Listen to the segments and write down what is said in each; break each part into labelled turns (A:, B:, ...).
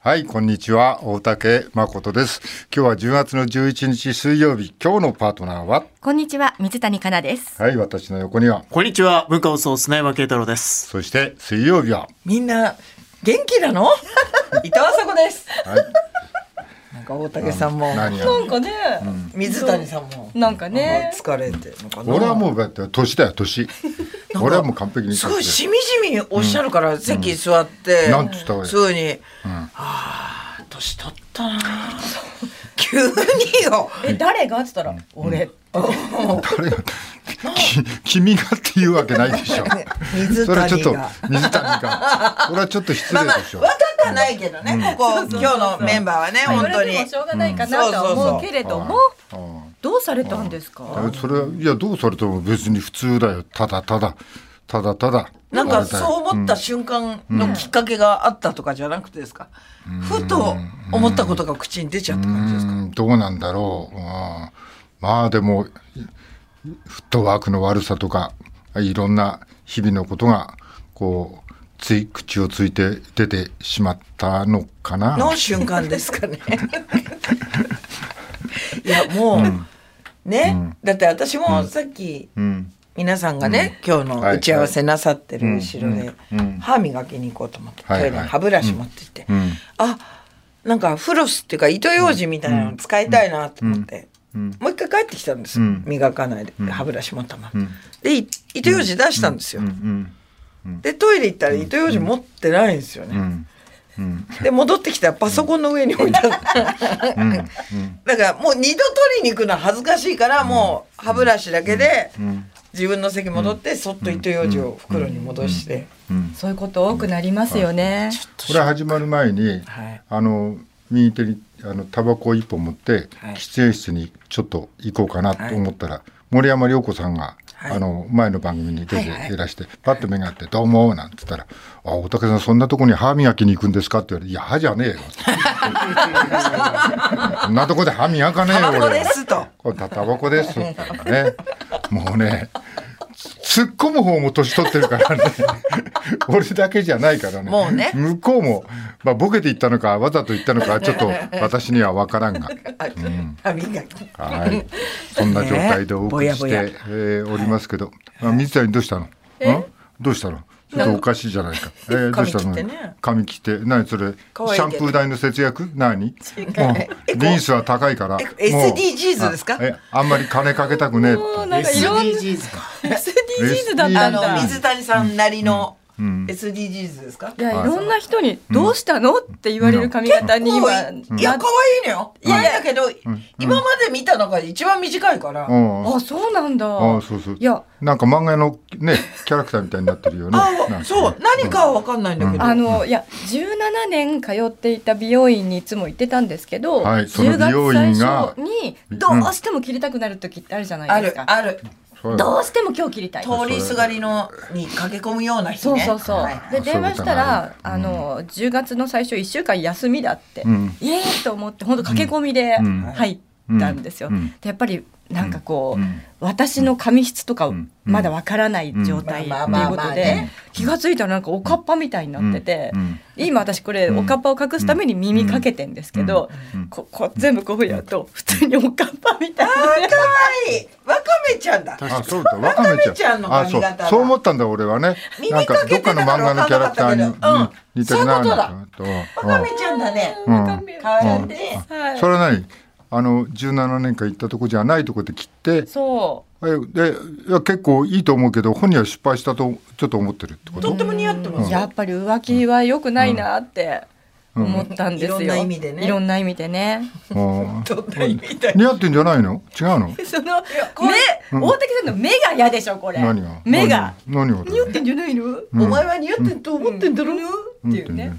A: はい、こんにちは。大竹誠です。今日は10月の11日水曜日、今日のパートナーは、
B: こんにちは、水谷香奈です。
A: はい、私の横には、
C: こんにちは、文化放送砂山慶太郎です。
A: そして水曜日は、
D: みんな元気 なの伊藤麻子です
A: はい、
D: なんか大竹さんも
A: 何や。
B: なんかね、
D: 水谷さんも
B: なんかね、
D: 疲れてるのかな
A: 俺はもうだって年だよ、年。俺はもう完璧に
D: すごいしみじみおっしゃるから、席座って、
A: なんつったわよ
D: すぐに、ああ年取ったなあ急に よ
B: え、誰がって言ったら、俺。
A: 誰が、き君がっていうわけないでし ょ。
D: 水
A: それはちょっ
D: 谷
A: と
D: が、
A: 水谷が。それはちょっと失
D: まあ
A: 礼
D: まあ
A: でし
D: 若
A: ょ。
D: くはないけどね、ここ今日のメンバーはね、
B: 言
D: 本
B: わ
D: 当
B: れ
D: に
B: てもしょうがないかなとは思うけれども、
A: うん
B: どうされたんですか。
A: それいやどうされても別に普通だよただただただただ
D: なんかそう
A: う
D: 思った瞬間のきっかけがあったとかじゃなくてですか、ふと思ったことが口に出ちゃった感じですか、
A: んどうなんだろう、うんまあでもフットワークの悪さとかいろんな日々のことがこうつい口をついて出てしまったのかな
D: の瞬間です かねいやもう、ね、だって私もさっき、
A: うん
D: 皆さんがね、今日の打ち合わせなさってる後ろで、歯磨きに行こうと思って、
A: はいはい
D: トイレに歯ブラシ持ってって、
A: ん
D: あなんかフロスっていうか糸ようじみたいなの使いたいなと思って、もう一回帰ってきたんですよ、磨かないで歯ブラシ持ったまま、でい糸ようじ出したんですよ、
A: うん
D: でトイレ行ったら糸ようじ持ってないんですよね、
A: ん
D: で戻ってきたらパソコンの上に置いてあった、 だからもう二度取りに行くのは恥ずかしいからもう歯ブラシだけで自分の席戻ってそっと糸ようじを袋に戻して、
B: そういうこと多くなりますよね。
A: これ始まる前に、
D: はい
A: あの右手にあのタバコを一本持って、
D: はい
A: 喫煙室にちょっと行こうかなと思ったら、森山良子さんが、
D: はい
A: あの前の番組に出
D: はいは
A: て
D: い
A: いらして、パッと目が合って「どうも」なんて言ったら「あ大竹さんそんなとこに歯磨きに行くんですか?」って言われて「いや歯じゃねえよ」 そんなとこで歯磨かねえよ
D: タバコ
A: 俺
D: ですと
A: これタタバコです」って言ったらねもうね突っ込む方も年取ってるからね 俺だけじゃないからね
D: もうね
A: 向こうも、まあ、ボケて言ったのかわざと言ったの かちょっと私には分からんが
D: あ歯磨き
A: はいそんな状態でお送りして、
D: ねえぼやぼや
A: えーおりますけど、あ水谷どうしたのんどうしたのちょっとおかしいじゃないか。えーどうしたの
D: 髪切ってね
A: 髪切って。何それシ
D: 可愛いけ
A: ャ
D: ど
A: ンプー代の節約何も
D: え
A: う、リンスは高いから。もう
D: え SDGs ですか
A: あえあんまり金かけたくねえって。
B: もうなんかいろんな
C: か。
B: SDGs だったん
D: あ
B: だ
D: の。水谷さんなりの SDGs ですか、
B: いやいろんな人にどうしたのって言われる髪型に今
D: もういいや
B: な
D: 可愛いのよ、いやだけど、今まで見た中で一番短いから、
A: うん
B: あそうなんだ。
A: ああそうそう
B: いや
A: なんか漫画の ねキャラクターみたいになってるよね。なん
D: あ
A: か
D: そう何かは分かんないんだけど、
B: あのいや17年通っていた美容院にいつも行ってたんですけど、
A: はいその
B: 10
A: 美容院
B: 月
A: が
B: 最初にどうしても切りたくなる時ってあるじゃな
D: あ
B: いです
D: る
B: か。
D: ある
A: そう
B: どうしても今日切りたい。
D: 通りすがりのに駆け込むような人
B: そう
D: ね
B: そうそう。
D: はい
B: で電話したら、
A: うん
B: あの10月の最初1週間休みだって、
A: ん
B: ええーと思って本当駆け込みで
A: うん
B: 入ったんですよ。
A: うん
B: でやっぱりなんかこう、
A: うん
B: 私の髪質とか
A: ん
B: まだわからない状態って
D: う
B: いう
D: んまあまあ
B: こ
D: まあま
B: と
D: あ
B: で
D: ね
B: 気がついたらなんかおかっぱみたいになってて
A: うんうん。
B: で今私これおかっぱを隠すために耳かけてんですけど、ここう全部こうやると普通におかっぱみたい
D: あ
B: な
D: ーかわいいわかめちゃんだ
A: あそうだわかめちゃん
D: わかめちゃんの髪型
A: あ
D: だ
A: そうそう思ったんだ俺はね
D: 耳
A: なんか
D: か
A: どっ
D: けて
A: か
D: た
A: の
D: か
A: 漫
D: ら
A: 画のキャラクターに、
D: わかんなかったけど
A: うん似てるな
D: そういうことだ
A: なんて
D: わ
A: 思
D: か
A: って
D: めちゃんだね
A: うん
B: わかめ
D: かわいいね
B: はい
A: それは何あの17年間行ったとこじゃないとこで切って
B: そう。
A: えでいや結構いいと思うけど本人は失敗したとちょっと思ってるってこと
D: とっても似合ってます
B: や
D: よ
B: っぱり浮気は良くないなって思ったんですよ。
D: うんいろんな意味でね
B: いろんな意味でね。
A: うん
D: とっても似たい
A: 似合ってんじゃないの違うの
B: その
D: こ
B: 目
D: れ、
B: 大竹さんの目が嫌でしょこれ。
A: 何が
B: 目が。
A: 何が
B: 匂ってんじゃないの？
D: お前は似合ってると思ってんだろ
B: っていうね。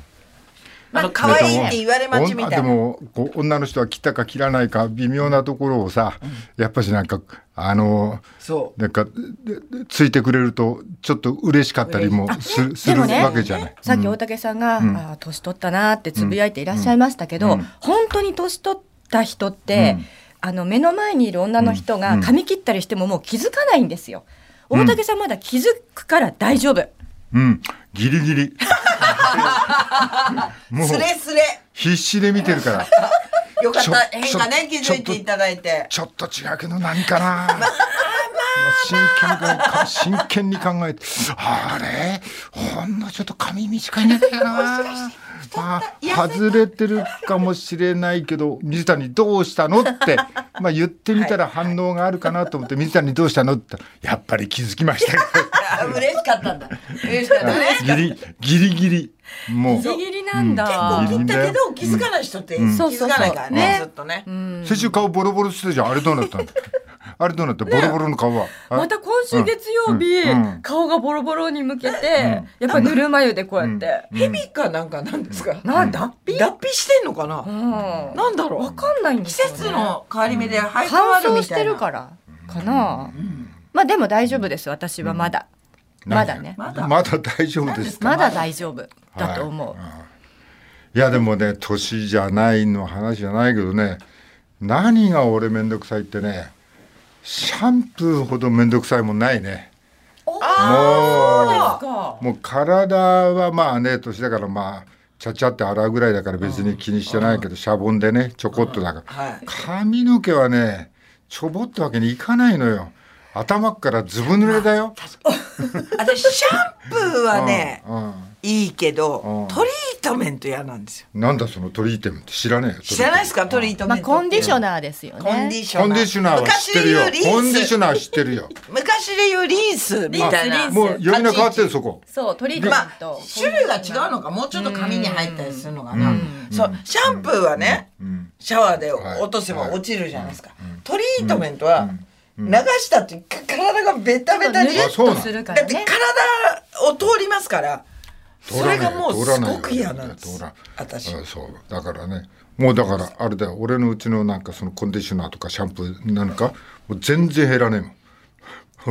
D: あの可愛いって言われ待ちみたい
A: で
D: な
A: もこう女の人は切ったか切らないか微妙なところをさ、やっぱしなんかあの
D: そう
A: なんかででついてくれるとちょっと嬉しかったりもすす
B: で
A: る
B: もね
A: わけじゃない。
B: さっき大竹さんが、ああ年取ったなってつぶやいていらっしゃいましたけど、本当に年取った人って、あの目の前にいる女の人が髪切ったりしてももう気づかないんですよ。大竹さんまだ気づくから大丈夫。
A: うん、ギリギリ。もう
D: スレスレ
A: 必死で見てるから
D: よかっ
A: ちょ
D: た変化ね気
A: ちょ
D: づいていただいて
A: ちょっと違うけど何 かなもう真剣にか真剣に考えてあれほんのちょっと髪短いんだけどなまあ外れてるかもしれないけど水谷どうしたのって、まあ、言ってみたら反応があるかなと思って水谷どうしたのって言ったらやっぱり気づきましたよ
D: あ嬉しかったんだ嬉しかったね
A: ギリギリギリもう
B: ギリギリなんだ。
A: うん
D: 切ったけど気づかない人って気づかないからね、
B: うん
D: ずっとね、
A: 先週顔ボロボロしてたじゃんあれどうなったのあれどうなったボロボロの顔は、あ
B: また今週月曜日、
A: うんうん
B: 顔がボロボロに向けて、やっぱりぬるま湯でこうやって、
D: ヘビかなんかなんですか、
B: なんだっぴ、
D: 脱皮してんのかな、
B: うん、わ
D: なんだろう
B: かんないんで
D: 季
B: すよ、ね、
D: 節の変わり目で生え変わ
B: 乾
D: るみたいな
B: 燥してるからかな、まあでも大丈夫です私はまだ、まだね
A: ま
D: ま
A: だ
D: だ
A: 大丈夫ですか
B: まだ大丈夫だと思う、
A: いやでもね年じゃないの話じゃないけどね何が俺めんどくさいってねシャンプーほどめんどくさいもんないね
B: あ
A: も
B: か
A: うもう体はまあね年だからまあちゃちゃって洗うぐらいだから別に気にしてないけどシャボンでねちょこっとだから、
D: はい
A: 髪の毛はねちょぼってわけにいかないのよ頭っからずぶ濡れだよ、
D: 私シャンプーはね、
A: う
D: いい
A: う
D: け
A: ん
D: どトリートメント嫌なんですよ
A: ん、なんだそのトリートメント知らねえよ
D: 知らないですかトリート
B: まあ
D: メント
B: コンディショ
D: ナー
B: ナーですよね
D: コンディショナー
A: コンディショナーは知ってるよ
D: 昔で言うリンス
A: コンディショナー知ってるよ
D: 昔で言うリンスみたい
B: リン
D: な
B: ス
A: もう呼び名変わってるそこ
B: そうトリートメン
D: まあ
B: ト、
D: 種類が違うのかもうちょっと髪に入ったりするのかな、そうシャンプーはね、
A: ん
D: シャワーで落とせば落ちるじゃないですか、トリートメントは流したって体がベタベタに、
B: ちょっ
A: あ
B: と
A: そ
B: ぬ
A: う
B: る
A: なの
B: っとするか
D: だ
B: ら
D: って
B: ね
D: 体を通りますから
A: 通
D: そ
A: ら
D: れ
A: な
D: が
A: い
D: もう
A: 通ら
D: す
A: ない
D: ごく嫌なんで
A: 通
D: す
A: らない
D: 私
A: あそうだからねもうだからあれだよ俺のうちのなんかそのコンディショナーとかシャンプーなんかもう全然減らねえもん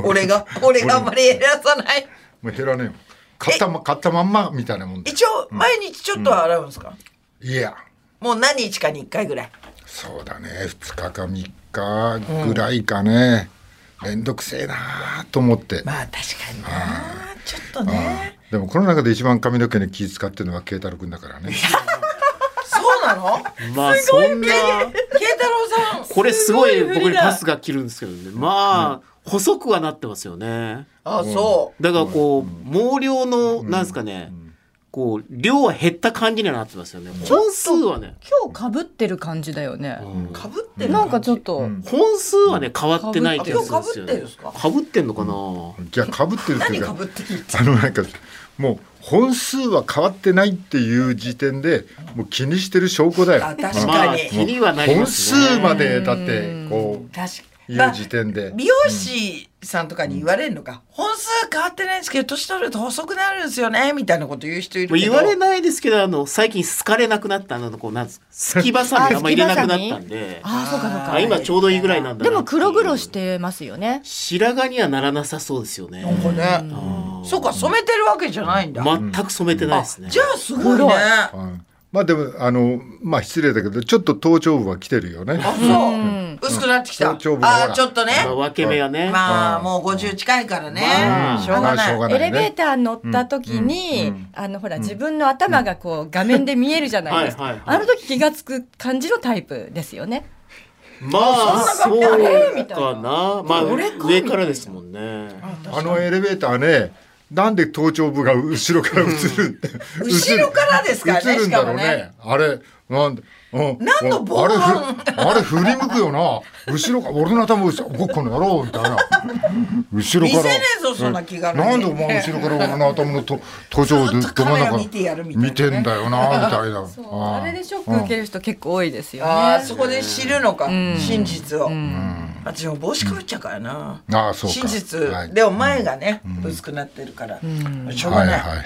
D: 俺が 俺があんまり減らさない
A: もう減らねえもん買ったま買ったまんまみたいなもんだよ
D: 一応毎日ちょっとは洗うんですか、
A: いや
D: もう何日かに1回ぐらい
A: そうだね2日か3日ぐらいかね、めんどくせえなあと思って、
D: まあ確かになちょっとね
A: でもこの中で一番髪の毛に気使ってるのは慶太郎くんだからね
D: そう なの
C: まあそんな
D: 慶太郎さん
C: これすごい僕にパスが切るんですけどねまあ細くはなってますよね
D: あそう
C: だからこう毛量のなんですかねこう量は減った感じにはなってますよね本数はね
B: 今日かぶってる感じだよね、
D: かぶってる
B: なんかちょっと、
C: 本数はね変わってない気がするんですよ
D: あ今日被って
C: ね被って
D: るんですか
C: んのかな
A: じゃあかぶってるってい
D: 何
A: う
D: か
A: か
D: ぶってるって
A: あのなんかもう本数は変わってないっていう時点でもう気にしてる証拠だよ
D: あ確
A: うん
C: ま
D: か
C: あ
D: に
C: 気にはなりま
A: 本
C: すね
A: 数までだってこう
D: 確
A: い
D: か
A: う時
D: に、
A: 点で
D: まあ、美容師さんとかに言われるのか、本数変わってないんですけど年取ると細くなるんですよねみたいなこと言う人いる
C: もう
D: け
C: 言
D: ど
C: われないですけどあの最近好かれなくなったあのこうなんですかすきばさみあんま入れなくなったんであ
B: ああそうかそうか
C: 今ちょうどいいぐらいなんだな
B: でも黒々し
C: っていう
B: てますよね
C: 白髪にはならなさそうですよね
D: なんかねそうか染めてるわけじゃないんだ、
C: 全く染めてないですね
D: じゃあすごいね
B: 黒い
A: うんまあでもあのまあ失礼だけどちょっと頭頂部は来てるよね
D: あそう、薄くなってきた、
A: 頭頂部のほら
D: あーちょっとね
C: まあ分け目がね
D: まあもう50近いからね、
A: まあ
D: しょうが
A: まあ
D: な
A: し
D: い、
A: ょうがない
B: エレベーター乗った時に、あのほら、自分の頭がこう画面で見えるじゃないですか。
C: はいはいはい
B: あの時気がつく感じのタイプですよね。
C: まあそうかなまあ上からですもんね
A: あのエレベーターねなんで頭頂部が後ろから映るって
D: 後ろからですからね
A: 映るんだろう
D: しかも
A: ね
D: ね
A: あれなんで、うん、
D: 何の防
A: あれ
D: 犯
A: ふあれ振り向くよな後ろから俺の頭後ろおこの野郎みたいな後ろ
D: 見
A: か
D: せ
A: ら
D: ねえぞそんな気が
A: なんでお前後ろから俺の頭のと途上で
D: ずっとカメラ
A: ど
D: 見てやるみたいなね
A: 見てんだよなみたいな
B: あれでショック受ける人結構多いですよ
D: ああ
B: ね。
D: そこで知るのか、真実を、私も帽子かぶっちゃうからな、
A: ああそうか
D: 真
A: はい
D: 実でも前がね、薄くなってるから、しょうが
A: はい
D: ない、
A: はい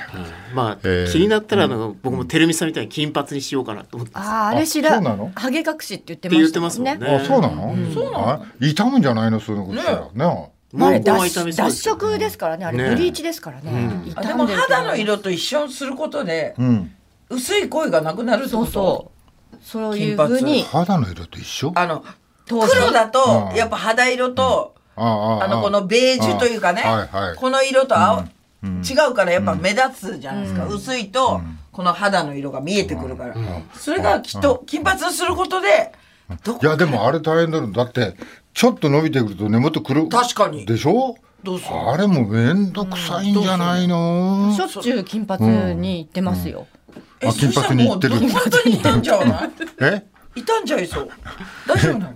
C: まあ
A: えー
C: 気になったらあの僕もてるみさんみたいに金髪にしようかなと思ってますっ
B: あああれし
A: あ
B: ら
A: そうなの
B: ハゲ隠しって言って
C: て言って
B: ま
C: ま
B: し
C: す
B: た
C: も
B: もん
C: ん
B: ね。
C: ね
A: あそうなの、そうなの痛むんじゃないのそういうことしたらね
B: あれ
C: 毛根は痛
B: 脱
C: めそう
B: 脱
C: ですよね
B: 色ですからねあれ
C: ね
B: ブリーチですからね。
D: あ
B: 傷
D: で
B: ん
D: も
B: ると
D: 肌の色と一緒にすることで、
A: うん
D: 薄い声がなくなるってこ
B: そ
D: と
B: うそうそういう風に
A: 肌の色と一緒
D: あの
B: 当
D: 黒
B: 時
D: だと
A: うん
D: やっぱ肌色と、
A: ああ
D: あのこのベージュというかね、
A: あはいはい
D: この色と青、違うからやっぱ目立つじゃないですか、薄いと、この肌の色が見えてくるから、それがきっと金髪にすることで、どこ
A: いやでもあれ大変だろだってちょっと伸びてくると根元くる
D: 確かに
A: でしょ
D: どうする
A: あれもめんどくさいんじゃないの、
B: しょっちゅう金髪に行ってますよ。
D: え
A: あ金髪に行ってる
D: そしたらもう金髪にいたんじゃない
A: え
D: いたんじゃいそう大丈夫なの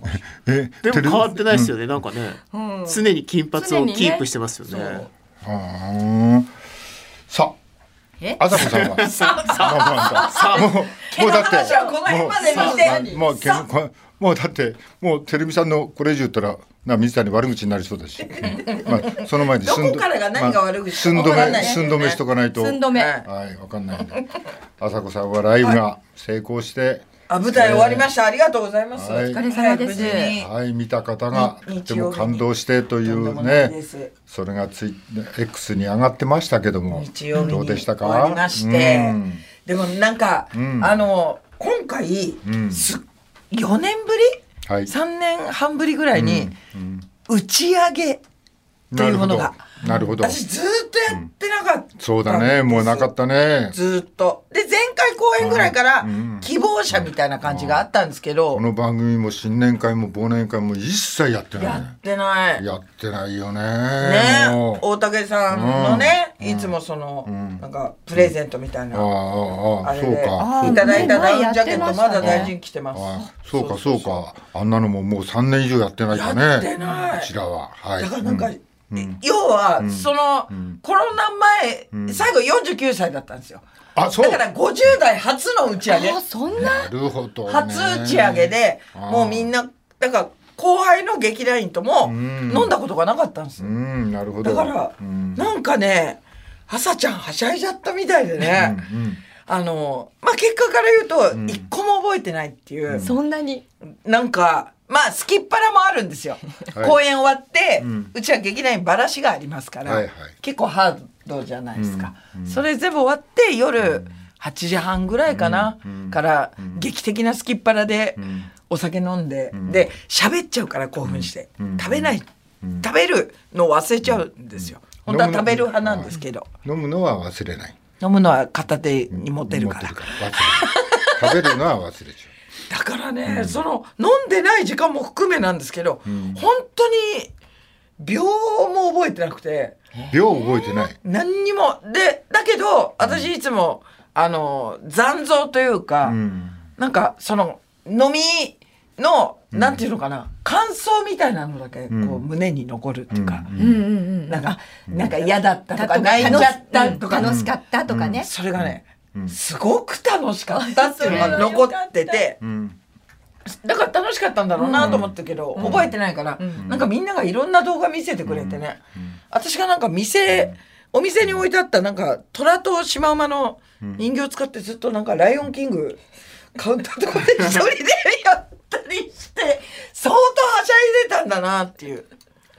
A: え
C: でも
A: テレ
C: 変わってないですよね、なんかね、常に金髪をキープしてますよね
B: 常にね
A: うーんさ
B: え
A: ああさこさん はさあさあもうもうだって
D: 毛の話はこの辺までにして
A: もうもう毛のこもうだってもうてるみさんのこれ以上言ったらな水谷悪口になりそうだ し、まあその前に
D: ど
A: 寸
D: こからが何が悪口か
A: 寸
D: わから
A: 止
D: な
A: め
D: い
A: 寸止めしとかないと
B: 寸止め。
D: はい
A: はいわかんないんで朝子さんはライブが成功して
D: あ舞台終わりましたありがとうございます、
A: はいお疲
B: れ様です
D: はい無事に
A: はい見た方が
D: 日
A: とても
D: 日曜日に
A: 感動してとい
D: とんで
A: う
D: もない
A: ね
D: です
A: それがツイ X に上がってましたけども
D: 日曜日
A: どう
D: に
A: でした
D: 終
A: か
D: わりまして、
A: うん
D: でもなんか、
A: ん
D: あの今回、
A: ん
D: す4年ぶり、
A: はい
D: 3年半ぶりぐらいに、打ち上げというものが
A: なるほどなるほど
D: 私ずーっとやってなかったんです、
A: そうだねもうなかったね
D: ずーっとで前回公演ぐらいから
A: うん
D: 希望者みたいな感じがあったんですけど、
A: この番組も新年会も忘年会も一切やって
D: や
A: な
D: ってない
A: い
D: ね
A: やってないよねもう
D: 大竹さんのね、いつもその、なんかプレゼントみたいな、
A: あああ
D: あ
A: あ
D: れ
A: そ
D: で
A: うか
B: あー
D: いただいたダウンジャケ
B: 前やって
D: ッ
B: ま
D: ト
B: し
D: ま
B: たね
D: だ大事に着てます。
A: あそうかそうかあんなのももう3年以上やってないかね
D: やってないう
A: ちらははい
D: だからなんか、
A: うん
D: 要はその、コロナ前、最後49歳だったんですよ。
A: あそう
D: だから50代初の打ち上げ、
B: あそんな
A: なるほどね
D: 初打ち上げで、
A: あー
D: もうみんなだから後輩の劇団員とも
A: ん
D: 飲んだことがなかったんです
A: う
D: よ。
A: んなるほ
D: だ
A: ど
D: から、
A: うん
D: なんかね、朝ちゃんはしゃいじゃったみたいでね、
A: うん
D: あの、まあ、結果から言うと、一個も覚えてないっていう。
B: そんなに。
D: なんか、まあ、好きっ腹もあるんですよ。
A: はい
D: 公演終わって、うんちは劇団員ばらしがありますから、
A: はいはい
D: 結構ハードじゃないですか。それ全部終わって、夜8時半ぐらいかな、から、劇的な好きっ腹で、お酒飲んで、で、喋っちゃうから興奮して、食べない、食べるのを忘れちゃうんですよ。
A: うん
D: 本当は食べる派なんですけど、
A: 飲むのは忘れない
D: 飲むのは片手に持てるから。
A: 持ってるから忘れる食べるのは忘れちゃ
D: だからね、その飲んでない時間も含めなんですけど、本当に秒も覚えてなくて
A: う 量覚えてない
D: 何にもでだけど私いつも、あの残像というか、なんかその飲みの、なんていうのかな感想みたいなのだけこう、胸に残るっていうか、
B: うんうんうん。
D: なんか、なんか嫌だったとか
B: 楽
D: 泣いちゃったとか、
B: うん楽しかったとかね。
D: それがね、すごく楽しかったっていう のが残ってて、だから楽しかったんだろうなと思ったけど、覚えてないから、なんかみんながいろんな動画見せてくれてね、私がなんか店、お店に置いてあったなんか虎とシマウマの人形を使ってずっとなんか「ライオンキング」カウンターとかで一人でやったりして相当はしゃいでたんだなっていう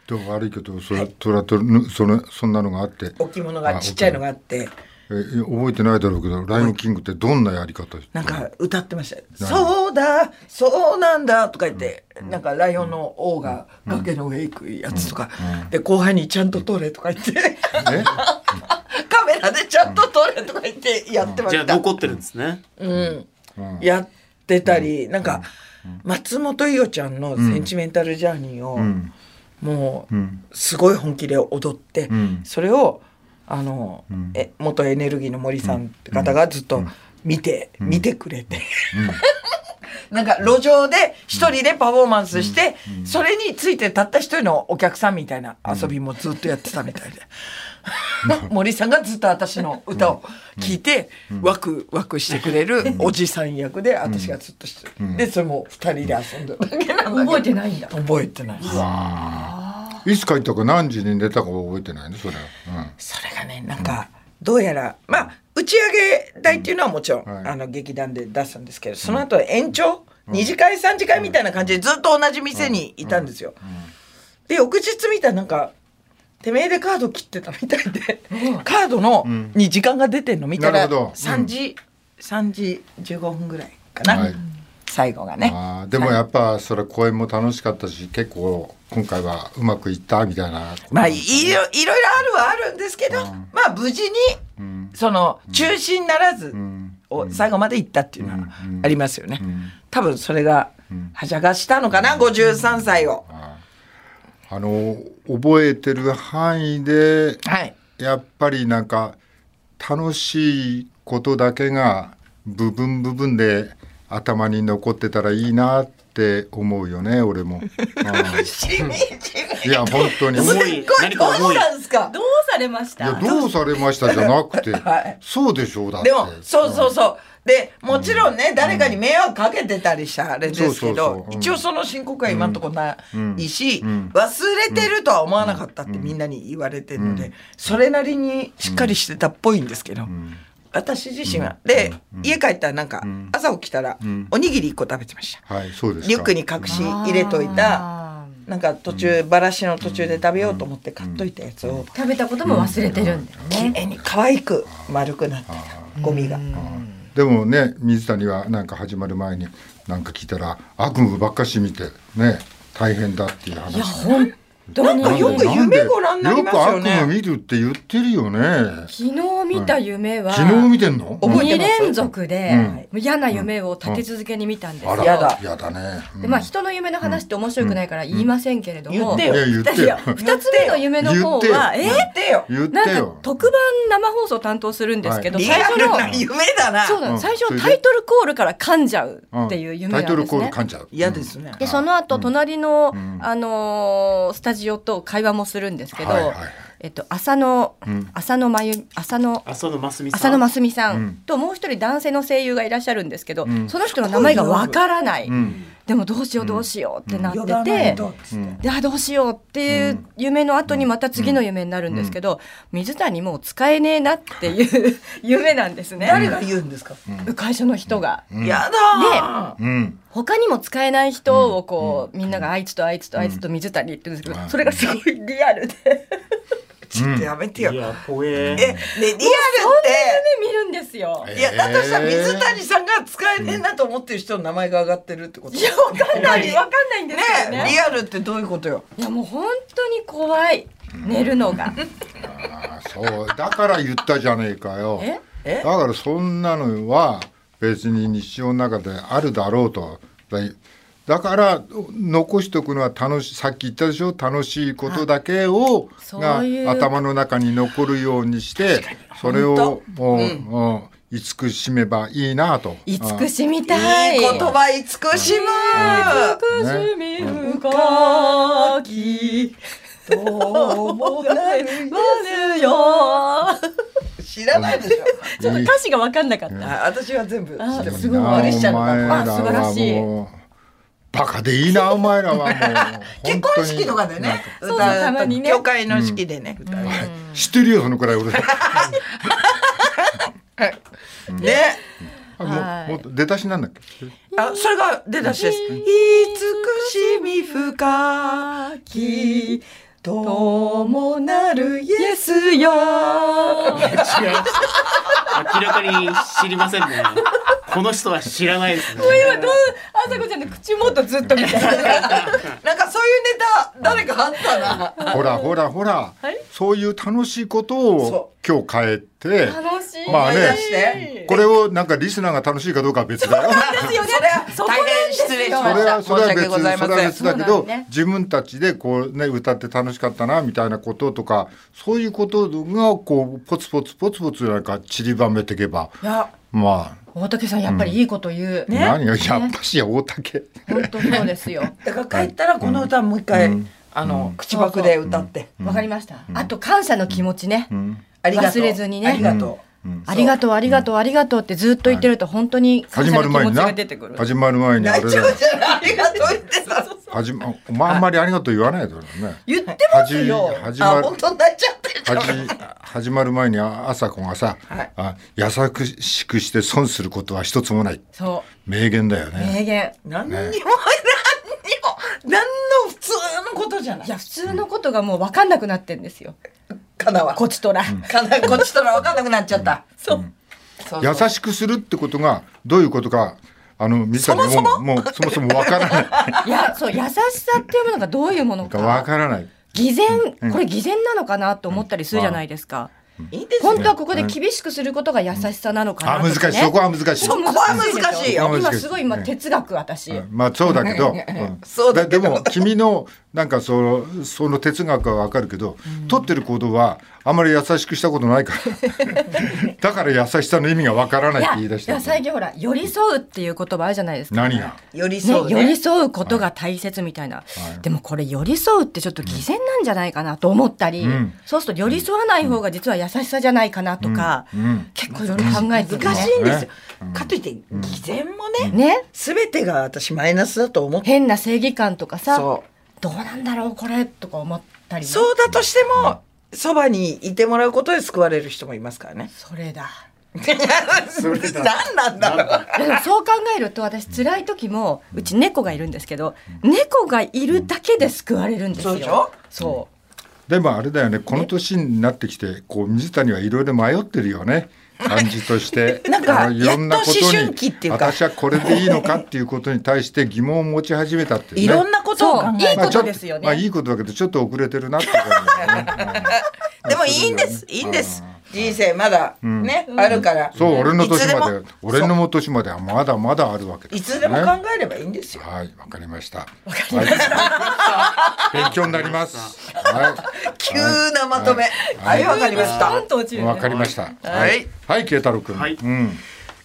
A: でも悪いけどそれトラトルぬそれそんなのがあって
D: 大きいものがちっちゃいのがあって。
A: え覚えてないだろうけどライオンキングってどんなやり方
D: なんか歌ってましたよそうだそうなんだとか言って、なんかライオンの王が崖の上行くやつとか、で後輩にちゃんと撮れとか言って、
A: え
D: カメラでちゃんと撮れとか言ってやってま
C: じゃあ
D: した、
C: 残ってるんですね、
D: うんやってたり、なんか、松本伊代ちゃんの「センチメンタル・ジャーニーを」もう、すごい本気で踊って、それをあの、え元エネルギーの森さんって方がずっと見て、見てくれて。 なんか路上で一人でパフォーマンスして、それについてたった一人のお客さんみたいな遊びもずっとやってたみたいで。 森さんがずっと私の歌を聴いて、ワクワクしてくれるおじさん役で私がずっとしてる。で、それも二人で遊んだだけなんだ
B: 覚えてないんだ。
D: 覚えてない。
A: いつ帰ったか何時に寝たか覚えてないねそれは、
D: それがね、なんか、どうやら、まあ、打ち上げ代っていうのはもちろん、
A: はい
D: あの、劇団で出すんですけど、その後延長、二次会、三次会みたいな感じでずっと同じ店にいたんですよ。で、翌日見たらなんか、てめえでカード切ってたみたいで、カードの、に時間が出てんの見た
A: な
D: ら、
A: るほどうん
D: 3時、3時15分ぐらいか
A: う
D: な、
A: んはい
D: 最後がね。
A: あーでもやっぱそれ公演も楽しかったし結構今回はうまくいったみたいな
D: まあ、いいろいろいろあるはあるんですけど、まあ無事に、その中止にならず、を最後まで行ったっていうのはありますよね。多分それがはしゃがしたのかな、53歳を。
A: あの覚えてる範囲で、
D: はい
A: やっぱりなんか楽しいことだけが部分部分で頭に残ってたらいいなって思うよね俺 も。
D: しみじ
A: いや本当に。いや
C: 重い
D: み。すっごい
C: 何か重い
D: どうしたんですか
B: どうされました
A: どうされましたじゃなくて、
D: はい
A: そうでしょうだって。
D: でもそうそうそうでもちろんね、誰かに迷惑かけてたりしたあれですけ
A: そう
D: ど
A: そうそううん
D: 一応その申告は今んとこないし、忘れてるとは思わなかったってみんなに言われてるので、それなりにしっかりしてたっぽいんですけど、私自身は、で、家帰ったらなんか、朝起きたらおにぎり1個食べてました、
A: はいそうですか。
D: リュックに隠し入れとい
B: あ
D: た
B: ー
D: なんか途中バラシの途中で食べようと思って買っといたやつを
B: 食べたことも忘れてるんだよ
D: 綺
B: ね。
D: 麗に可愛く丸くなってたゴミが。
A: でもね水谷はなんか始まる前になんか聞いたら悪夢ばっかし見てね大変だっていう話。
B: いや本当に
D: なんかよく
A: なんで
D: 夢ご覧になりますよね
A: よく悪夢見るって言ってるよね。
B: 昨日見た夢は
A: 昨日見てんの？
D: 覚
B: 2
D: えてます
B: 連続で
A: うん
B: もう嫌な夢を立て続けに見たんです
A: あら
B: よ。
D: やだ
A: やだね。うん
B: でまあ人の夢の話って面白くないから言いませんけれども、
D: 言って
A: いや言って
B: い
A: よ
B: や。二つ目の夢の方は
A: 言
B: え
A: ってよ
D: 言
A: 言
D: ってよ。
A: っ
B: な
A: て
B: んか
A: よ。
B: 特番生放送担当するんですけど、
A: はい
D: リ
B: 最
D: ア
B: 初
D: ルな
B: の
D: 夢だな。
B: そうな
A: うん
B: の最
A: そ
B: 初
A: れで
B: タイトルコールから噛んじゃうっていう夢
A: タ
B: な
A: イト
B: ん
A: ル
B: です
A: コール
B: ね。
A: 噛んじゃう。
D: 嫌ですね。
B: でその後隣の、
A: ん
B: あのースタジオと会話もするんですけど、
A: はいはいはい
B: えっと浅野、
A: ん
B: 浅野真由浅野
C: 浅野真澄さん
B: 浅野真澄さん、
A: うん
B: ともう一人男性の声優がいらっしゃるんですけど、
A: ん
B: その人の名前がわからない、
A: うん
B: でもどうしようどうしようってな
D: 呼
B: っ
D: ば
B: てて
D: ない、とっつって
A: うん
B: であどうしようっていう夢の後にまた次の夢になるんですけど、水谷もう使えねえなっていう夢なんですね。
D: 誰が言うんですか。
B: 会社の人が、
A: うん
D: やだ。
A: うん。
B: 他にも使えない人をこう、みんながあいつとあいつとあいつと水谷って言うんですけど、
A: うん
B: それがすごいリアルで夢
D: ちょっとやめてよ。
C: い
D: ね
C: や怖え
D: リアルっ
B: 見るんですよ。
A: え
D: て。いやだとしたら
A: えー
D: 水谷さんが使えねえなと思ってる人の名前が上がってるってこと。
B: いやわかんないわかんないんですけどね
D: ねリアルってどういうことよ。
B: いやもう本当に怖い寝るのが。
A: あそうだから言ったじゃねえかよ
B: え
D: え
A: だからそんなのは別に日常の中であるだろうとだいだから残しておくのは楽しさっき言ったでしょ楽しいことだけをが
B: そういう
A: 頭の中に残るようにしてそれをもう、
D: うん
A: もう慈しめばいいなと。
B: 慈しみ
D: いい
B: たい。
D: 言葉慈しむ。
B: 慈しみ深き
D: どうもなる
B: まぬよ。
D: 知らないでしょ。
B: ちょっと歌詞が分かんなかった。
D: あ私は全部知ってます。
B: すごい
A: なあ
D: マリシャの
A: お前ら
B: あ素晴ら
A: は
B: しい
A: もうバカでいいなお前らはもう
D: 結婚式とかでね、
B: 本当にそうそうたまにね
D: 教会の式でね、歌う
A: 本当に知ってるよそのくらい俺。
D: ね、
A: あ
B: はい
A: もうもっと出だしなんだっけ。
D: あ、それが出だしです。慈しみ深き、ともなるイエスよ。
C: 違います明らかに知りま せんねこの人は知らないですね
B: どうあさこちゃんの口元ずっと見て
D: なんかそういうネタ、誰かあったな。
A: ほらほらほら、
B: はい
A: そういう楽しいことを今日変えて、
B: 楽しい。
A: まあね
D: 思い出して
A: これをなんかリスナーが楽しいかどうかは別だよ。
B: ですよね。そこ
D: 大変
B: なん
D: 失
B: で
D: 礼
B: す
D: し
B: よ
D: ま
A: それは
D: した。
A: それ
D: 申し
A: は
D: 訳
A: 別
D: ござい
A: そ
D: ま
A: れは
D: せん。
A: 別だけ
B: そうな
A: ど、
B: のね
A: 自分たちでこうね歌って楽しかったなみたいなこととかそういうことがこうポツポツポツポツなんか散りばめていけば
B: いや
A: まあ、
B: 大竹さんやっぱりいいこと言う。
A: 何がやっぱし大竹
B: 本当そうですよ。
D: だから帰ったらこの歌もう一回、あの、口ばくで歌って。
B: わかりました。あと感謝の気持ちね。
D: ありがとう。
B: 忘れずにね
D: ありがと
B: ありがとうありがとうありがとうってずっと言ってると本当に感
A: 始
B: 謝
A: まる
B: の気
A: 前
B: 持
A: に
B: ち
A: な
B: が出てくる。
A: 始まる前
D: う。
A: に
D: 泣
A: 俺
D: いちゃ
A: ら
D: うじゃない。ありがとう言ってた。
A: 始まお前あんまりありがとう言わないだろうね。
D: 言ってますよ。
A: 始始ま
D: あ、
A: る
D: 本当泣いちゃってるじゃん
A: はじ始まる前にあ朝子がさ、
D: はい
A: あ優しくして損することは一つもない
B: そ
A: 名言だよ
B: う名
A: ね。
B: 言。
D: 何にも、何にも、何の普通のことじゃない
B: い
D: いや
B: や普通のことがもう分かんなくなってんですよ。
D: かなは。
B: こちとら。
D: かなこっちとら分かんなくなっちゃった。
B: そう。
D: そうそう
A: 優しくするってことがどういうことかあの水谷も
D: そもそも
A: もうそもそもわからない。
B: いや、そう、優しさっていうものがどういうもの
A: わ
B: か。
A: からない。
B: 偽善、これ偽善なのかなと思ったりするじゃないですか。
D: いいですよ
B: 本当はここで厳しくすることが優しさなのかな
A: あ
B: とか、
A: 難
B: ね
A: しいそこは難しい
B: そこ
D: こは難しいよ
B: 今すごい今哲学私、
A: うんまあそうだけ ど、うん
D: そうだけど
A: でも君のなんかそのその哲学はわかるけど、取ってる行動はあまり優しくしたことないから だから優しさの意味がわからないっ
B: い
A: て
B: や
A: 言い出し
B: い
A: た
B: や最近ほら寄り添うっていう言葉あるじゃないですか
A: 何が
D: 寄り
B: ね
D: 添う
B: 寄り
D: ね。
B: 添うことが大切みたいな、
A: い
B: でもこれ寄り添うってちょっと偽善なんじゃないかなと思ったり、
A: うん
B: そうすると寄り添わない方が実は優しさじゃないかなとか、
A: うん
B: 結構いろいろ考えてるね
D: 難しいんですよ
A: ね。
D: かといって偽善もね、
B: ね
D: すべてが私マイナスだと思って。
B: 変な正義感とかさ
D: そ
B: どうなんだろうこれとか思ったりね
D: そうだとしても、そばにいてもらうことで救われる人もいますからね。
B: それだ
D: 何なんだろう。
B: いやでもそう考えると私辛い時もうち猫がいるんですけど猫がいるだけで救われるんですよ
D: そうでしょ
B: そ
A: でもあれだよねこの年になってきてこう水谷はいろいろ迷ってるよね感じとして
D: なんか
A: あのいろんなこと
D: やっと思春期って
A: に
D: いうか
A: 私はこれでいいのかっていうことに対して疑問を持ち始めたっていうね
D: いろんなことを考え
B: いい
A: まあ
B: こ
A: ちょ
B: と
A: っ
B: ですよね
A: まあいいことだけどちょっと遅れてるなって感じだよね、
D: て。 でもいいんです。いいんです。人生まだね、あるから。
A: そう、俺の
D: いつ
A: 年
D: でも
A: まで、俺の年まではまだまだあるわけ
D: い
A: です、ね。
D: つでも考えればいいんですよ。
A: はい、わかりました。はい勉強になります。は
D: 急なまとめ。
A: は
D: はいい、わかりまし
B: ポン
D: た。
B: と落ち
A: い、
B: るよ
A: わ
B: ね
A: かりました。
D: はい
A: はい、はい、慶太郎君。
C: はい
A: うん、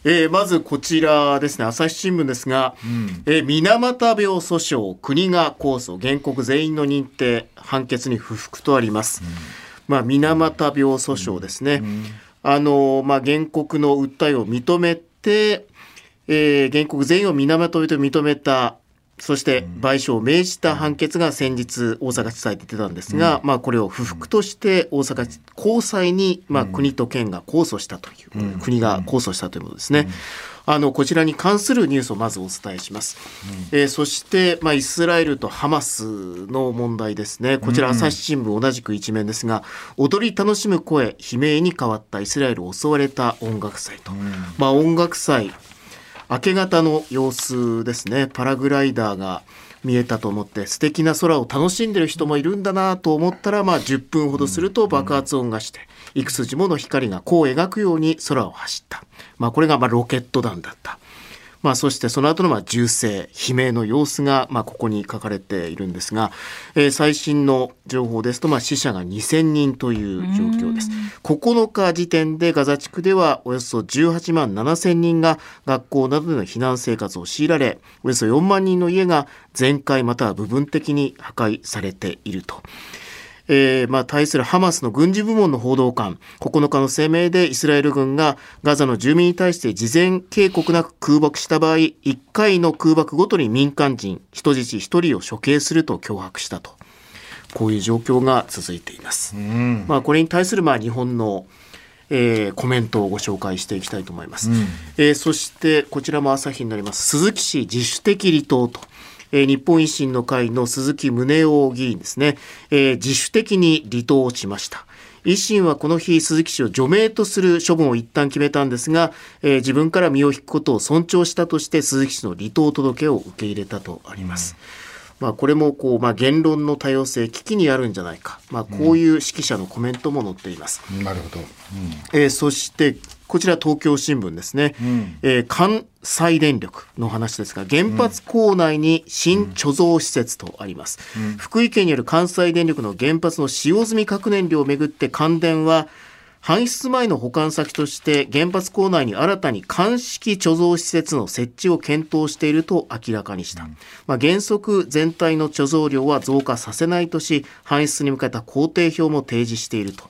C: えーまずこちらですね、朝日新聞ですが、えー水俣病訴訟、国が控訴、原告全員の認定、判決に不服とあります。まあ、水俣病訴訟ですね。あのーまあ、原告の訴えを認めて、えー原告全員を水俣病と認めた、そして賠償を命じた判決が先日大阪地裁で出たんですが、まあ、これを不服として大阪地高裁に、まあ、国と県が控訴したという、国が控訴したということですね。あのこちらに関するニュースをまずお伝えします、えーそして、まあ、イスラエルとハマスの問題ですねこちら朝日新聞同じく一面ですが、踊り楽しむ声悲鳴に変わったイスラエル襲われた音楽祭と、まあ、音楽祭明け方の様子ですねパラグライダーが見えたと思って素敵な空を楽しんでる人もいるんだなと思ったら、まあ、10分ほどすると爆発音がして幾筋もの光が弧を描くように空を走った、まあ、これがまあロケット弾だった。まあ、そしてその後のまあ銃声、悲鳴の様子がまあここに書かれているんですが、えー最新の情報ですと、まあ、死者が2000人という状況です。9日時点でガザ地区ではおよそ18万7000人が学校などでの避難生活を強いられ、およそ4万人の家が全壊または部分的に破壊されていると。えーまあ、対するハマスの軍事部門の報道官、9日の声明でイスラエル軍がガザの住民に対して事前警告なく空爆した場合、1回の空爆ごとに民間人、人質1人を処刑すると脅迫したと。こういう状況が続いています。まあ、これに対するまあ日本の、えーコメントをご紹介していきたいと思います。えーそしてこちらも朝日になります鈴木氏自主的離党と。えー日本維新の会の鈴木宗男議員ですね、えー自主的に離党しました。維新はこの日、鈴木氏を除名とする処分を一旦決めたんですが、えー自分から身を引くことを尊重したとして、鈴木氏の離党届を受け入れたとあります。まあ、これもこう、まあ、言論の多様性危機にあるんじゃないか、まあ、こういう指揮者のコメントも載っています。
A: なるほど。
C: えーそしてこちら東京新聞ですね、えー関西電力の話ですが原発構内に新貯蔵施設とあります、福井県による関西電力の原発の使用済み核燃料をめぐって関電は搬出前の保管先として原発構内に新たに乾式貯蔵施設の設置を検討していると明らかにした、まあ、原則全体の貯蔵量は増加させないとし搬出に向けた工程表も提示していると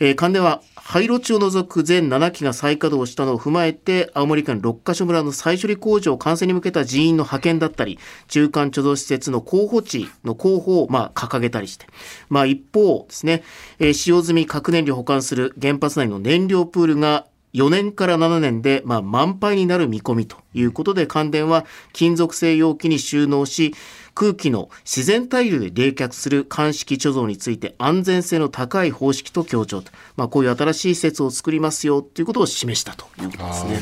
C: えー、関電は廃炉地を除く全7基が再稼働したのを踏まえて青森県六ヶ所村の再処理工場完成に向けた人員の派遣だったり中間貯蔵施設の候補地の候補をまあ掲げたりして、まあ、一方ですね、えー使用済み核燃料を保管する原発内の燃料プールが4年から7年で、まあ、満杯になる見込みということで関電は金属製容器に収納し空気の自然対流で冷却する乾式貯蔵について安全性の高い方式と強調と、まあ、こういう新しい施設を作りますよということを示したということですね。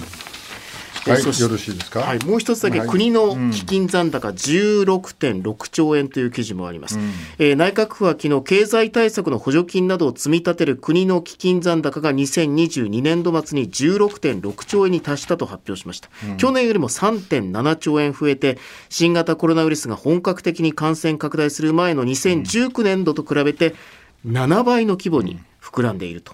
A: はい、
C: そして
A: よろしいですか。
C: はい、もう一つだけ、
A: はい
C: 国の基金残高16.6兆円という記事もあります、えー内閣府は昨日経済対策の補助金などを積み立てる国の基金残高が2022年度末に16.6兆円に達したと発表しました、去年よりも3.7兆円増えて新型コロナウイルスが本格的に感染拡大する前の2019年度と比べて7倍の規模に膨らんでいると、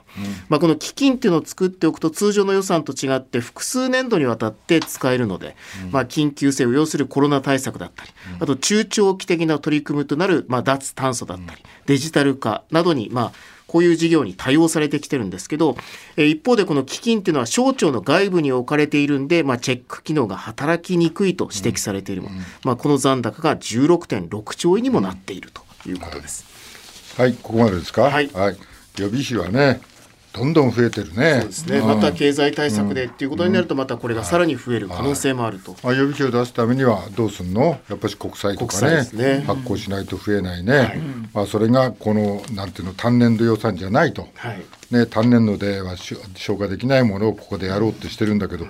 C: まあ、この基金っていうのを作っておくと通常の予算と違って複数年度にわたって使えるので、まあ、緊急性を要するコロナ対策だったりあと中長期的な取り組みとなる、まあ、脱炭素だったりデジタル化などに、まあ、こういう事業に対応されてきてるんですけど、えー一方でこの基金っていうのは省庁の外部に置かれているんで、まあ、チェック機能が働きにくいと指摘されているもの、まあ、この残高が16.6兆円にもなっているということです。
A: はい、ここまでですか。
C: はい
A: 予備費はね、どんどん増えてるね。
C: そうですね、また経済対策でっていうことになると、またこれがさらに増える可能性もあると。
A: まあ、予備費を出すためにはどうするのやっぱり国債とか
C: 国債で
A: ね
C: すね
A: 発行しないと増えないね、まあ、それがこのなんていうの単年度予算じゃないと、
C: はい
A: ね、単年度ではし消化できないものをここでやろうってしてるんだけど、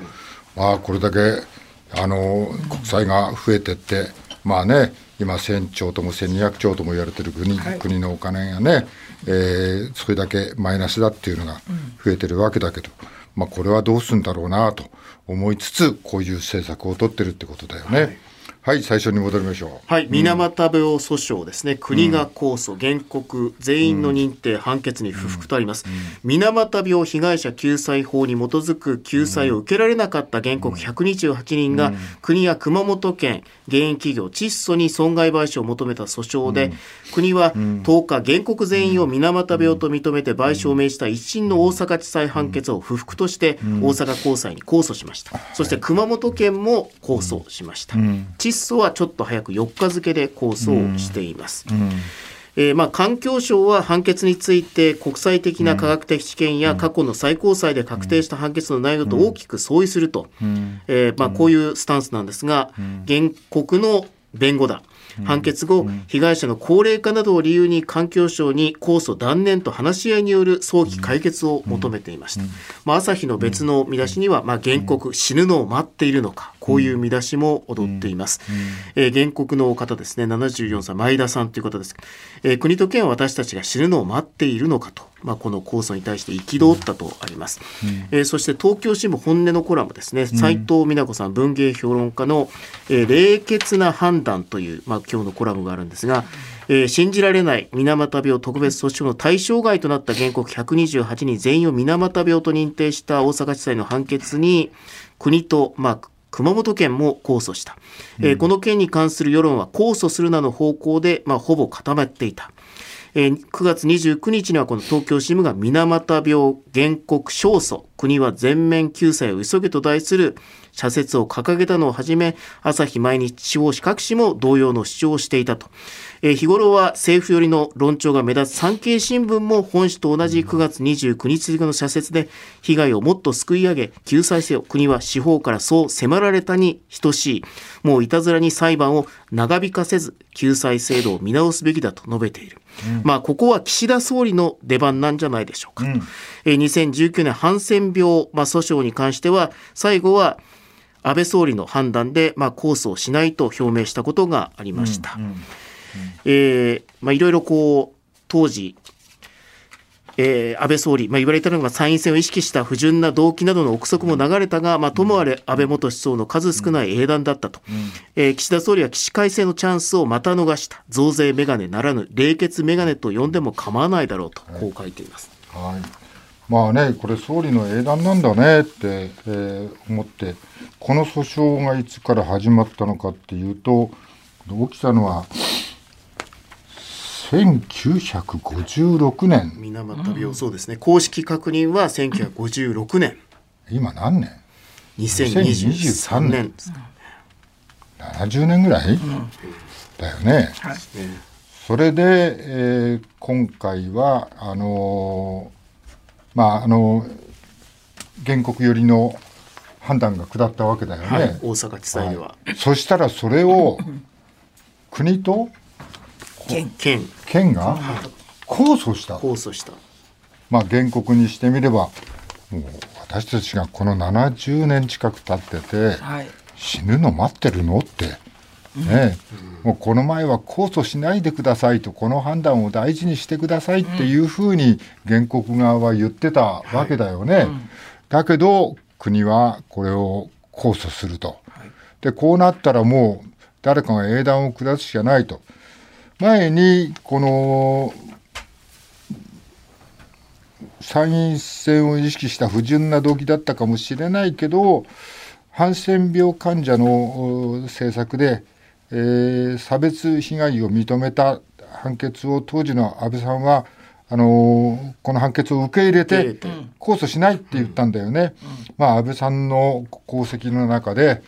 A: まあ、これだけあの国債が増えてって、まあね、今、1000兆とも1200兆とも言われてる国,、国のお金がね、えーそれだけマイナスだっていうのが増えてるわけだけど、まあ、これはどうするんだろうなと思いつつ、こういう政策を取ってるってことだよね。はい、最初に戻りましょう。
C: はい、水俣病訴訟ですね、国が控訴、原告、全員の認定、判決に不服とあります、水俣病被害者救済法に基づく救済を受けられなかった原告128人が、国や熊本県、原因企業、窒素に損害賠償を求めた訴訟で、国は10日、原告全員を水俣病と認めて賠償を命じた一審の大阪地裁判決を不服として、大阪高裁に控訴しました、そして熊本県も控訴しました。窒素はちょっと早く4日付で控訴をしています。えーまあ、環境省は判決について国際的な科学的知見や過去の最高裁で確定した判決の内容と大きく相違すると、えーまあ、こういうスタンスなんですが原告の弁護団判決後被害者の高齢化などを理由に環境省に控訴断念と話し合いによる早期解決を求めていました、まあ、朝日の別の見出しには、まあ、原告死ぬのを待っているのかこういう見出しも踊っています、えー原告の方ですね74歳前田さんという方です、えー国と県は私たちが死ぬのを待っているのかと、まあ、この控訴に対して憤ったとあります、えーそして東京新聞本音のコラムですね斉藤美奈子さん文芸評論家の、えー冷血な判断という、まあ、今日のコラムがあるんですが、えー信じられない水俣病特別訴訟の対象外となった原告128人全員を水俣病と認定した大阪地裁の判決に国と、まあ、熊本県も控訴した、えーこの件に関する世論は控訴するなの方向で、まあ、ほぼ固まっていた。えー9月29日にはこの東京新聞が水俣病原告勝訴国は全面救済を急げと題する社説を掲げたのをはじめ朝日毎日地方紙各紙も同様の主張をしていたと、えー日頃は政府寄りの論調が目立つ産経新聞も本紙と同じ9月29日付の社説で被害をもっと救い上げ救済せよ国は司法からそう迫られたに等しいもういたずらに裁判を長引かせず救済制度を見直すべきだと述べている、まあここは岸田総理の出番なんじゃないでしょうか、えー2019年ハンセン病、まあ、訴訟に関しては最後は安倍総理の判断で、まあ、控訴をしないと表明したことがありました。えーまあ、いろいろこう当時えー安倍総理、まあ、言われたのが参院選を意識した不純な動機などの憶測も流れたが、まあ、ともあれ安倍元首相の数少ない英断だったと、えー岸田総理は起死回生のチャンスをまた逃した増税メガネならぬ冷血メガネと呼んでも構わないだろうとこう書いています。
A: はい、まあねこれ総理の英断なんだねって、えー思ってこの訴訟がいつから始まったのかっていうと起きたのは1956年
C: 水俣病、そうですね公式確認は1956年
A: 今何年
C: 2023
A: 2023
C: 年
A: 年70年ぐらい、だよね。それで、えー今回はあのーまああのー原告寄りの判断が下ったわけだよね。
C: はい、大阪地裁では、
A: そしたらそれを国と
C: 県
A: 県が控訴した。
C: 控訴した
A: まあ原告にしてみればもう私たちがこの70年近く経ってて、
D: はい。
A: 死ぬの待ってるのって、ねもうこの前は控訴しないでくださいとこの判断を大事にしてくださいっていうふうに原告側は言ってたわけだよね。だけど国はこれを控訴すると。でこうなったらもう誰かが英断を下すしかないと。前にこの参院選を意識した不純な動機だったかもしれないけどハンセン病患者のう政策で、えー差別被害を認めた判決を当時の安倍さんはあのーこの判決を受け入れ
C: 受
A: て
C: け入れ
A: 控訴しないって言ったんだよね。まあ、安倍さんの功績の中で、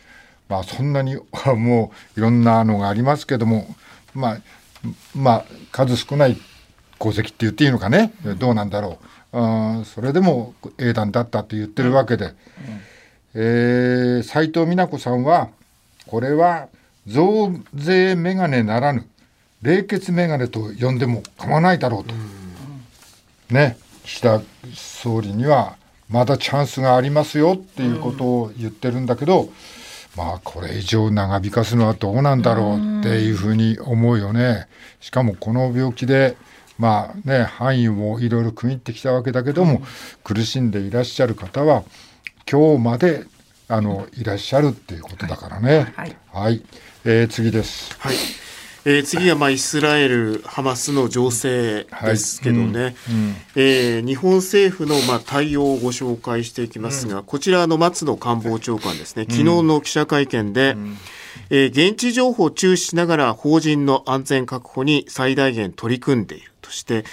A: まあ、そんなにもういろんなのがありますけども、まあ、まあ数少ない功績って言っていいのかね、どうなんだろう、うん、それでも英断だったって言ってるわけで、えー斉藤美奈子さんはこれは増税メガネならぬ冷血メガネと呼んでも構わないだろうと、ね岸田総理にはまだチャンスがありますよっていうことを言ってるんだけど、まあこれ以上長引かすのはどうなんだろうっていうふうに思うよね。しかもこの病気でまあね範囲をいろいろ区切ってきたわけだけども、苦しんでいらっしゃる方は今日まであのいらっしゃるっていうことだからね。
D: はい
A: えー次です。
C: はい。えー次がまあイスラエル、ハマスの情勢ですけどね、えー日本政府のまあ対応をご紹介していきますが、こちらの松野官房長官ですね、昨日の記者会見で、えー現地情報を注視しながら法人の安全確保に最大限取り組んでいるとして、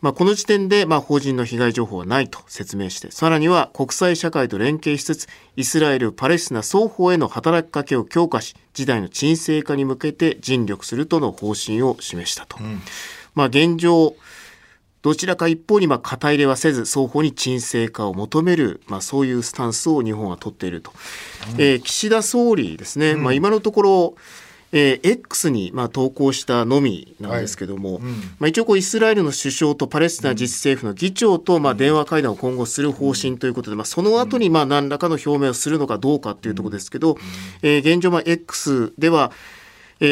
C: まあ、この時点でまあ法人の被害情報はないと説明して、さらには国際社会と連携しつつ、イスラエル、パレスチナ双方への働きかけを強化し、事態の沈静化に向けて尽力するとの方針を示したと。まあ、現状、どちらか一方にまあ肩入れはせず双方に沈静化を求める、まあ、そういうスタンスを日本は取っていると、えー岸田総理ですね、まあ、今のところ、えー X にまあ投稿したのみなんですけども、まあ、一応こうイスラエルの首相とパレスチナ自治政府の議長とまあ電話会談を今後する方針ということで、まあ、その後にまあ何らかの表明をするのかどうかというところですけど、えー現状、まあ X では、えー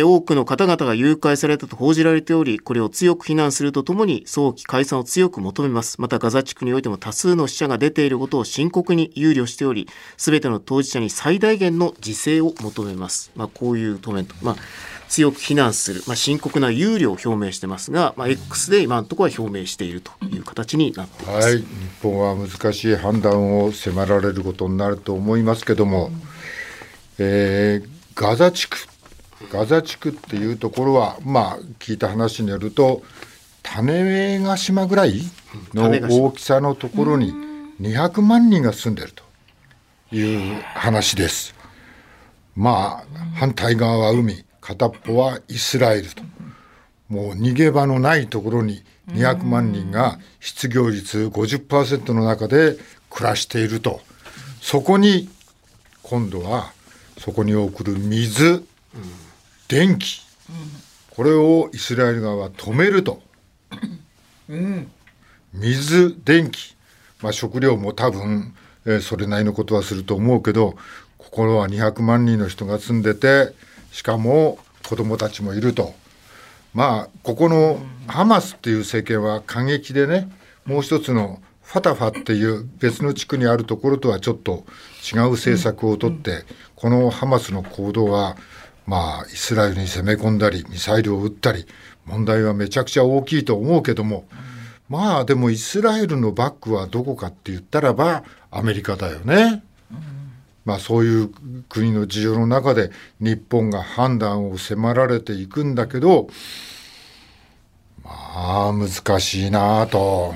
C: 多くの方々が誘拐されたと報じられており、これを強く非難するとともに、早期解散を強く求めます。また、ガザ地区においても多数の死者が出ていることを深刻に憂慮しており、すべての当事者に最大限の自制を求めます。まあ、こういうコメント。まあ、強く非難する、まあ、深刻な憂慮を表明してますが、まあ、X で今のところは表明しているという形になっていま
A: はい、
C: す。
A: 日本は難しい判断を迫られることになると思いますけども、えーガザ地区、ガザ地区っていうところは、まあ、聞いた話によると、種目ヶ島ぐらいの
C: 種子島
A: 大きさのところに200万人が住んでるという話です。まあ、反対側は海、片っぽはイスラエルと。もう逃げ場のないところに200万人が失業率50%の中で暮らしていると。そこに、今度は、そこに送る水、電気、これをイスラエル側は止めると。水、電気、まあ、食料も多分、えーそれなりのことはすると思うけど、ここは200万人の人が住んでて、しかも子供たちもいると。まあ、ここのハマスっていう政権は過激でね、もう一つのファタファっていう別の地区にあるところとはちょっと違う政策をとって、このハマスの行動は、まあ、イスラエルに攻め込んだり、ミサイルを撃ったり、問題はめちゃくちゃ大きいと思うけども、まあ、でもイスラエルのバックはどこかって言ったらば、アメリカだよね。まあ、そういう国の事情の中で日本が判断を迫られていくんだけどまあ難しいなあと。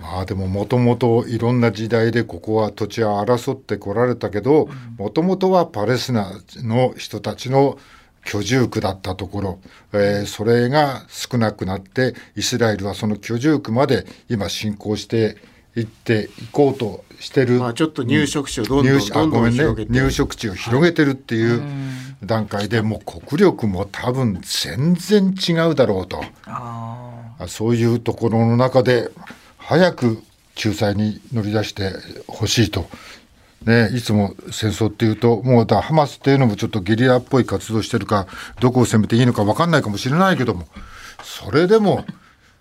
A: まあでももともといろんな時代でここは土地は争ってこられたけどもともとはパレスチナの人たちの居住区だったところ、えーそれが少なくなってイスラエルはその居住区まで今侵攻していっていこうとしてる
C: まあ、ちょっと入植地をどんどん
A: 入植
C: ど
A: あ
C: ん
A: ご
C: ど
A: め
C: ん
A: んね
C: 広げて、
A: 入植地を広げてるっていう段階で、もう国力も多分全然違うだろうと
D: あ
A: あそういうところの中で早く仲裁に乗り出してほしいと。ね、いつも戦争っていうと、もうだハマスっていうのもちょっとゲリラっぽい活動してるか、どこを攻めていいのか分かんないかもしれないけども、それでも、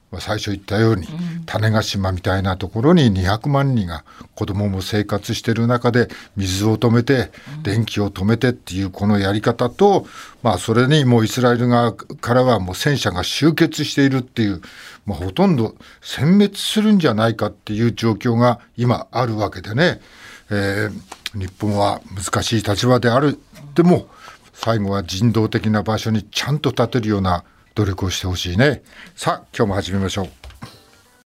A: まあ、最初言ったように、種子島みたいなところに200万人が子供も生活してる中で、水を止めて、電気を止めてっていうこのやり方と、まあ、それにもうイスラエル側からはもう戦車が集結しているっていう、まあ、ほとんど殲滅するんじゃないかっていう状況が今あるわけでね。えー、日本は難しい立場であるでも最後は人道的な場所にちゃんと立てるような努力をしてほしいねさあ今日も始めましょう